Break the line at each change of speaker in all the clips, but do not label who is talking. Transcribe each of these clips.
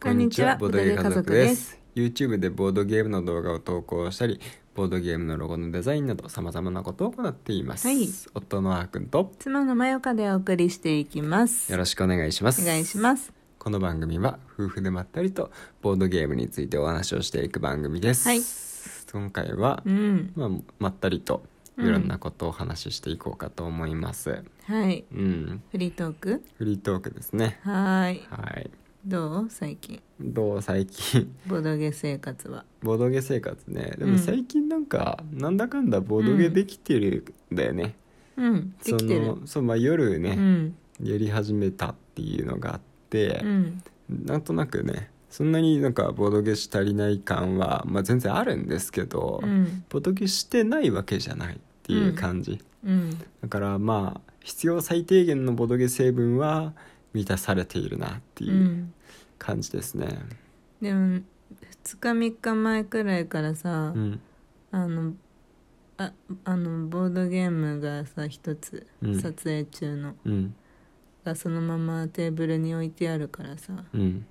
こんにちは
ボードゲーム家族で
ボ
す。YouTube でボードゲームの動画を投稿したり、ボードゲームのロゴのデザインなど様々なことを行っています。
はい
夫のあーくんと
妻のまよかでお送りしていきます
よろしくお願いします。
お願いします
この番組は夫婦でまったりとボードゲームについてお話をしていく番組です。
はい
今回は
う、ん
まあ、まったりといろんなことをお話ししていこうかと思います。
はい
うん、
フリートーク
フリートークですね。
はーい
はい。
どう最近
どう最近
ボードゲー生活は
ボードゲー生活ねで
うん
も最近なんか、なんだかんだボードゲーできてるんだよね、
うんで
そ
きてる
のそう、まあ、夜
う
ね、
ん
やり始めたっていうのがあって
う、ん
なんとなくねそんなになんかボードゲーし足りない感は、まあ、全然あるんですけど、
うん
ボードゲーしてないわけじゃないっていう感じ、
うん
だからまあ必要最低限のボードゲー成分は満たされているなって
う
いうん感じですね、
でも2日3日前くらいからさ、
うん
あのああのボードゲームがさ一つ、
うん
撮影中の
うん
がそのままテーブルに置いてあるからさ
うん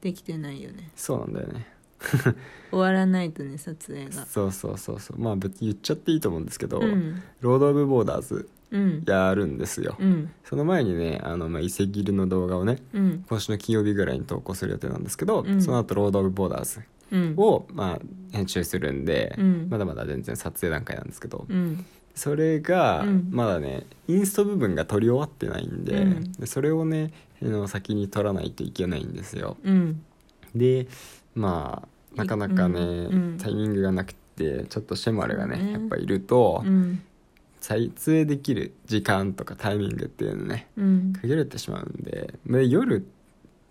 できてないよね
そうなんだよね
終わらないとね撮影が
そうそうそうそうまあ別に言っちゃっていいと思うんですけど、
うん
ロード・オブ・ボーダーズ
うん
やるんですよ、
うん
その前にねあの、まあ、伊勢切りの動画をね
うん
今週の金曜日ぐらいに投稿する予定なんですけど、
うん
その後ロード・オブ・ボーダーズ
うん
を、まあ、編集するんで、
うん
まだまだ全然撮影段階なんですけど、
うん
それが、
うん
まだねインスト部分が撮り終わってないんで,で、
うん
それをねあの先に撮らないといけないんですよ
うん
でまあなかなかね、
うんうん
タイミングがなくてちょっとシェマルがね
そうね
やっぱいると、
うん
撮影できる時間とかタイミングっていうのね
うん
限られてしまうんでで夜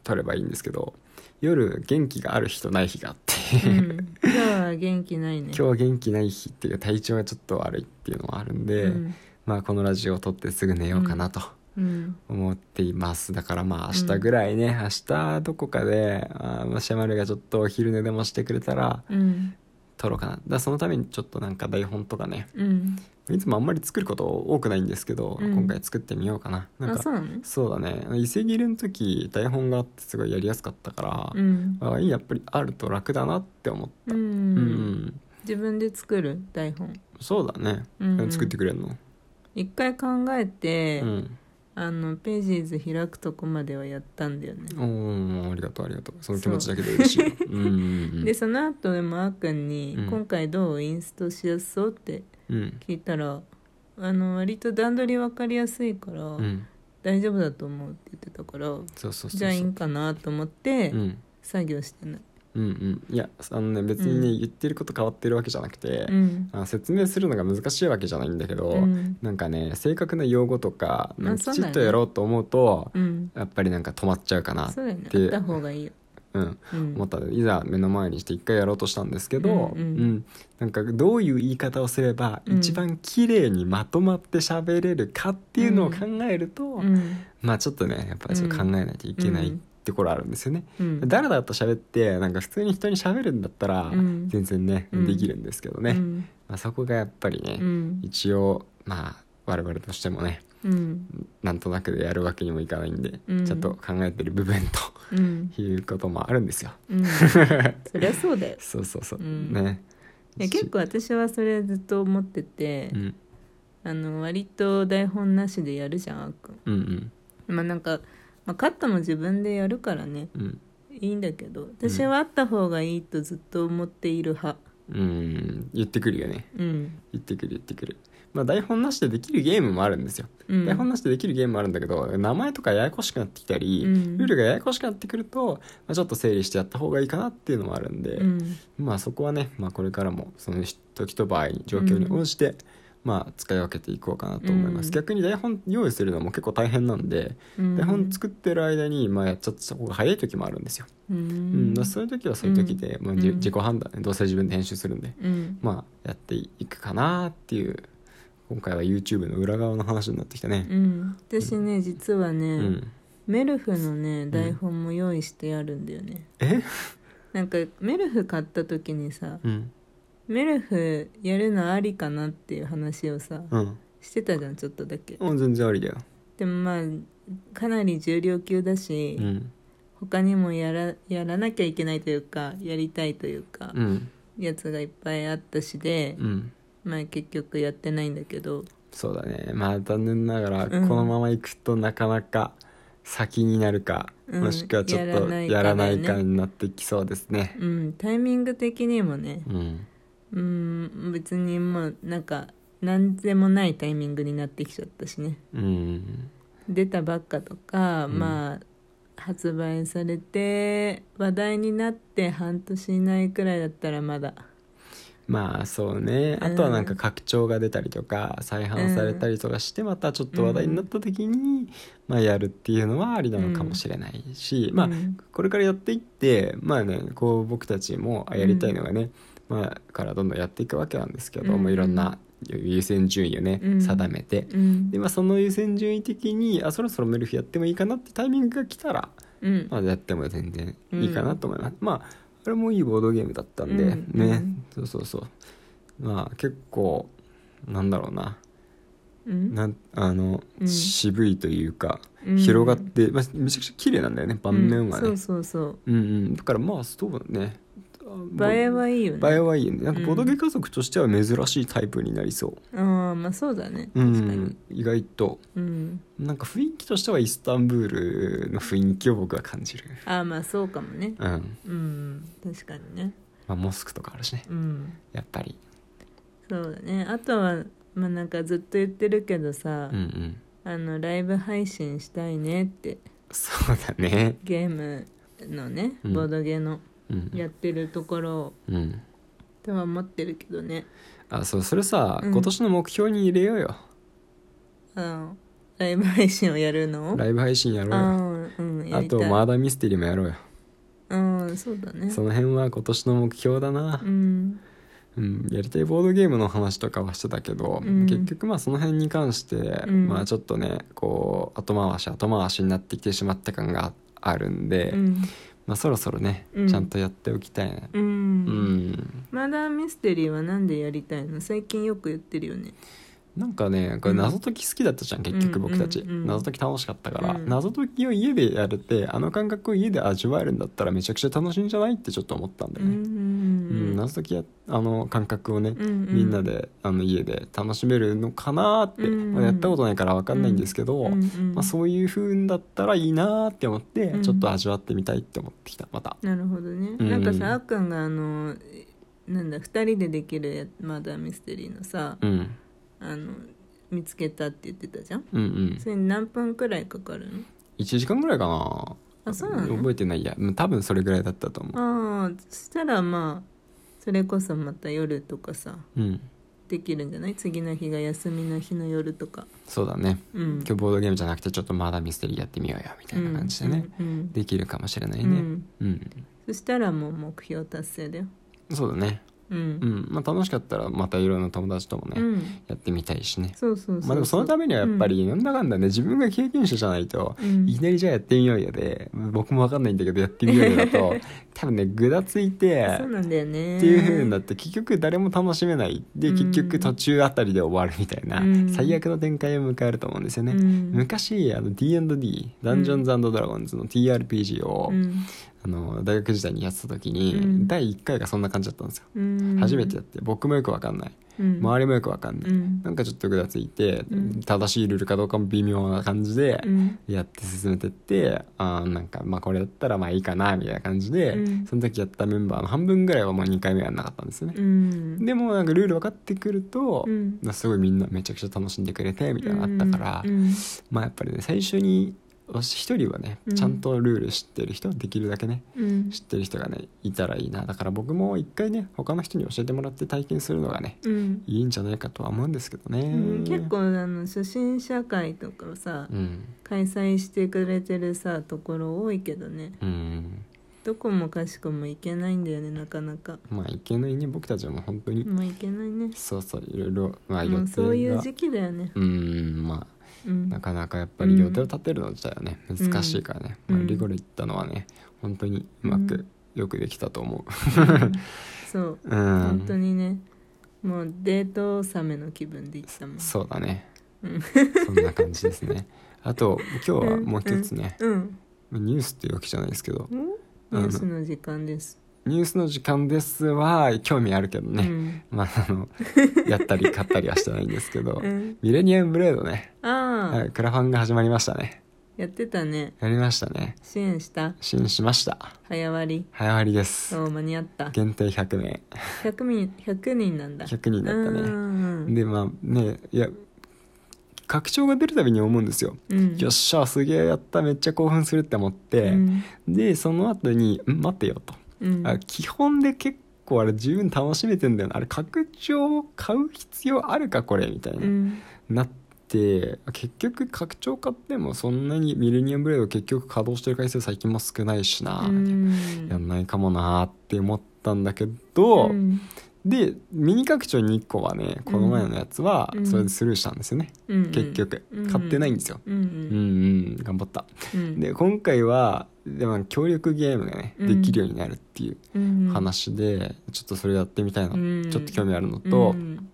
撮ればいいんですけど夜元気がある日とない日があって、
うん今日は元気ないね
今日は元気ない日っていうか体調がちょっと悪いっていうのはあるんで、
うん
まあこのラジオを撮ってすぐ寝ようかなと。
うん
思っていますだからまあ
うん
明日ぐらいね、明日どこかであーまあシェマルがちょっとお昼寝でもしてくれたら
うん
撮ろうかなだからそのためにちょっとなんか台本とかね
うん
いつもあんまり作ること多くないんですけど、
うん
今回作ってみようかななん
あ
か
そうなの
そうだね伊勢切りの時台本があってすごいやりやすかったか
う
ら、
ん
あいいやっぱりあると楽だなって思っ
う
うん、うんん、
自分で作る台本
そうだね、
うんうん
作ってくれるの、
一回考えて
うん
あのページーズ開くとこまではやったんだよね
おーありがとうありがとうその気持ちだけで嬉しいうんう ん
でその後でもあーくんに
う
「
ん
今回どうインストしやすそう?」って
うんうん
聞いたらあの割と段取り分かりやすいから、
うん
大丈夫だと思うって言ってたから
そうそうそうそう
じゃあいいんかなと思って
うん
作業してない、
うんうんいやあのね別にね、
うん
言ってること変わってるわけじゃなくて
う、ん
あの説明するのが難しいわけじゃないんだけど、
うん
なんかね正確な用語とか
まあ
き
そう
ち
だよね
っとやろうと思うと
うん、
やっぱりなんか止まっちゃうかな
そうだよね
で
あった方がいいよ、
うん、
うん、
思ったのでいざ目の前にして一回やろうとしたんですけど、
うん
う
うん
んなんかどういう言い方をすれば
うん
一番綺麗にまとまって喋れるかっていうのを考えると、
うん
まあちょっとねやっぱりちょっと考えないといけないってころあるんですよね。
うん
だらだらと喋ってなんか普通に人に喋るんだったら
うん
全然ね、
うん
できるんですけどね、
うん
まあ、そこがやっぱりね、
うん
一応まあ我々としてもね
うん
なんとなくでやるわけにもいかないんで、
うん
ちゃんと考えてる部分
うん
と いうこともあるんですよ。
うん そりゃそうだよ
そうそうそう、
うん
ね。
いや結構私はそれずっと思ってて、
うん
あの割と台本なしでやるじゃんあーくん
うん
まあなんか、まあ、カットも自分でやるからね
うんうん
いいんだけど私はあった方がいいとずっと思っている派
うん言ってくるよね
うん、
言ってくる言ってくるまあ台本なしでできるゲームもあるんですよ
うん、
台本なしでできるゲームもあるんだけど、名前とかややこしくなってきたり、
うん
ルールがややこしくなってくると、まあ、ちょっと整理してやった方がいいかなっていうのもあるんで、
うん
まあそこはね、まあ、これからもその時と場合状況に応じて、まあ使い分けていこうかなと思いま
う
す、
ん
逆に台本用意するのも結構大変なんで、
うん、
台本作ってる間にまあやっちゃった方が早い時もあるんですよ、
う
うん
ん
まあそういう時はそういう時で、まあ、じ
うん
自己判断ねどうせ自分で編集するんで、
うん
まあやっていくかなっていう今回は YouTube の裏側の話になってきたね
うん、私ね実はね、
うん
メルフのね台本も用意してあるんだよね、
え
なんかメルフ買った時にさ
うん
メルフやるのありかなっていう話をさ
うん
してたじゃんちょっとだけ
うん全然ありだよ
でもまあかなり重量級だし、
うん
他にもやらやらなきゃいけないというかやりたいというか、
うん
やつがいっぱいあったしで、
うん
まあ結局やってないんだけど
そうだねまあ残念ながら
うん
このまま行くとなかなか先になるか、
うん
もしくはちょっ
やらない
と
かだよね
やらないかになってきそうですね
うんタイミング的にもね
うん
うん別にもうなんか何でもないタイミングになってきちゃったしね
うん
出たばっかとか、
うん
まあ発売されて話題になって半年以内くらいだったらまだ
まあそうねあとはなんか拡張が出たりとか再販されたりとかしてまたちょっと話題になった時に、まあ、やるっていうのはありなのかもしれないし、まあ
うん
これからやっていってまあねこう僕たちもあやりたいのがね、まあからどんどんやっていくわけなんですけど、
うん
もういろんな優先順位をね、
うん
定めて
うん
で、まあ、その優先順位的にあそろそろメルフやってもいいかなってタイミングが来たら、
うん
まあ、やっても全然いいかなと思います、まああれもいいボードゲームだったんで、
うん
ねそうそうそうまあ結構なんだろうな
うん
なんあの、
うん
渋いというか
うん
広がって、まあ、めちゃくちゃ綺麗なんだよね盤面がね、
うんそうそう
うんうんだからまあそうだね
そう映えはいいよね
映えはいいよねなんか
うん
ボドゲ家族としては珍しいタイプになりそ
ああまあそうだね
う、うん、
確かに
意外と
うん
なんか雰囲気としてはイスタンブールの雰囲気を僕は感じる
ああまあそうかもね
うん、
うん確かにね
まあ、モスクとかあるしね
うん
やっぱり
そうだねあとはまあなんかずっと言ってるけどさ、
うんうん
あのライブ配信したいねって
そうだね
ゲームのね
うん
ボードゲーの
うん
やってるところを
うん
とは思ってるけどね
あそうそれさ、
うん
今年の目標に入れようよ
あのライブ配信をやるのを
ライブ配信やろうよ
ああうんや
あ
りたい
とマーダーミステリーもやろうよ
うんそうだね
その辺は今年の目標だな
うん
うん、やりたいボードゲームの話とかはしてたけど、
うん
結局まあその辺に関して、
ん
まあちょっとねこう後回し後回しになってきてしまった感があるんで、
うん
まあそろそろね、
うん
ちゃんとやっておきたいね
う
うん、
んマダーミステリーはなんでやりたいの最近よく言ってるよね
なんかねこれ
うん
謎解き好きだったじゃん、結局僕たち、
うんうんうん
謎解き楽しかったから、
うん
謎解きを家でやれてあの感覚を家で味わえるんだったらめちゃくちゃ楽しいんじゃないってちょっと思ったんだ
う
よね、うん
ん
謎解きやあの感覚をね、
うん
みんなであの家で楽しめるのかなーって、
うん
まあやったことないから分かんないんですけど、
うんうん
まあ、そういう風だったらいいなーって思って、
うん
ちょっと味わってみたいって思ってきたまた
なるほどね、
うん
なんかさあっくんがあのなんだ2人でできるやマダーミステリーのさ
うん
あの見つけたって言ってたじゃん
うんうん
それに何分くらいかかるの
1時間ぐらいかな
あそうなの
覚えてないやうん多分それぐらいだったと思
ああそしたらまあそれこそまた夜とかさ
ううん
できるんじゃない次の日が休みの日の夜とか
そうだね
うん
今日ボードゲームじゃなくてちょっとまだミステリーやってみようよみたいな感じでね、
うんうん
できるかもしれな
う
い
んう
ね
ん
うん、
そしたらもう目標達成だよ
そうだね
う
うんんまあ楽しかったらまたいろんな友達ともね、
うん
やってみたいしね
そうそうそう
まあでもそのためにはやっぱりなんだかんだね自分が経験者じゃないと
うん
いきなりじゃあやってみようよで僕もわかんないんだけどやってみようよだ と多分ねぐだついて
そうなんだよね
っていう風になって結局誰も楽しめないで
うん
結局途中あたりで終わるみたいな
うん
最悪の展開を迎えると思うんですよ
う
ね。
ん
昔あの D&D ダンジョンズドラゴンズの TRPG を、
うん
あの大学時代にやってた時に、
うん
第1回がそんな感じだったんですよ、
うん
初めてやって僕もよくわかんない
うん
周りもよくわかんない、
うん
なんかちょっとぐだついて、
うん
正しいルールかどうかも微妙な感じで
うん
やって進めてってあーなんかまあこれだったらまあいいかなみたいな感じで、
うん
その時やったメンバーの半分ぐらいはもう2回目はやんなかったんですよね
う、ん
でもなんかルール分かってくると、
うん
なんかすごいみんなめちゃくちゃ楽しんでくれてみたいなのあったから、
うん
まあやっぱりね最初に一人はね
うん
ちゃんとルール知ってる人できるだけね
うん
知ってる人がねいたらいいなだから僕も一回ね他の人に教えてもらって体験するのがね
うん
いいんじゃないかとは思うんですけどね、
うん結構あの初心者会とかをさ、
うん
開催してくれてるさところ多いけどね
うん
どこもかしこも行けないんだよねなかなか
まあいけないね僕たちはもう本当に、
もう行けないね
そうそういろいろまあ予定
もう
が
そういう時期だよね
うんまあ
うん
なかなかやっぱり予定を立てるの自体はね、
ん
難しいからね、
うん
まあ、リゴル行ったのはね本当にうまく、
うん
よくできたと思
そう
ううん
本当にねもうデート納めの気分で行ったもん
そうだね
うん
そんな感じですねあと今日はもう一つね、
うん
まあニュースっていうわけじゃないですけど
ニュースの時間です。
ニュースの時間ですは興味あるけど
う
ね、
ん。
まあ あのやったり買ったりはしてないんですけど、
うん
ミレニアムブレードね、
あ
は
あ
い、クラファンが始まりましたね
やってたね。
やりましたね
支援した
支援しました
早割
早割りで
り。
す
お間に合った。
限定100名
100人、100人なんだ。
100人だったね
ね。
でまあねいや拡張が出るたびに思うんですよ、
うん。
よっしゃすげえやっためっちゃ興奮するって思って、
うん
でその後に「ん待てよ」と、
うん
あ基本で結構あれ十分楽しめてんだよなあれ拡張を買う必要あるかこれみたい
う
な、
ん
なって結局拡張買ってもそんなにミレニアムブレード結局稼働してる回数最近も少ないしな、
うん
やんないかもなーって思ったんだけ
う
ど、
ん
でミニ拡張2個はねこの前のやつは
うん
それでスルーしたんですよね、
うん
結局
うん
買ってないんですよ、
うん
うん、うん頑張った
うん
で今回はでも協力ゲームがね
うん
できるようになるっていう
うん
話で、ちょっとそれやってみたいな、
うん
ちょっと興味あるのと、
うん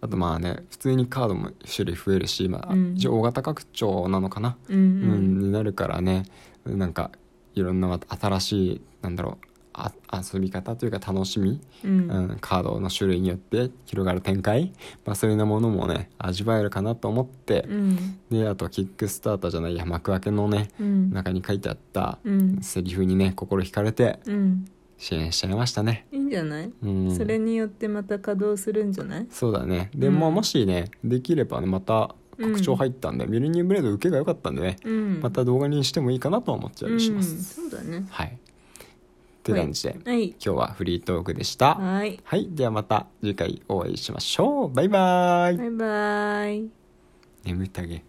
あとまあね普通にカードも種類増えるし、まあ
うん
一応大型拡張なのかな、
う
うんんになるからねなんかいろんなまた新しいなんだろうあ遊び方というか楽しみ
うん
うん、カードの種類によって広がる展開、まあ、そういうようなものもね味わえるかなと思って
う、ん
であとキックスターターじゃないや幕開けのね
うん
中に書いてあった
うん
セリフにね心惹かれて
うん
支援しちゃいましたね、
いいんじゃない
うん、
それによってまた稼働するんじゃない
そうだねで、
うん
まあ、もしねできればねまた拡張入ったんで、ミレニアムブレード受けが良かったんでね
うん
また動画にしてもいいかなとは思っちゃいしま
うん
す、
そうだね
はいって感じで、
はい
今日はフリートークでした
はい
はい、ではまた次回お会いしましょう。バイバイ。
バイバイ
眠たげ。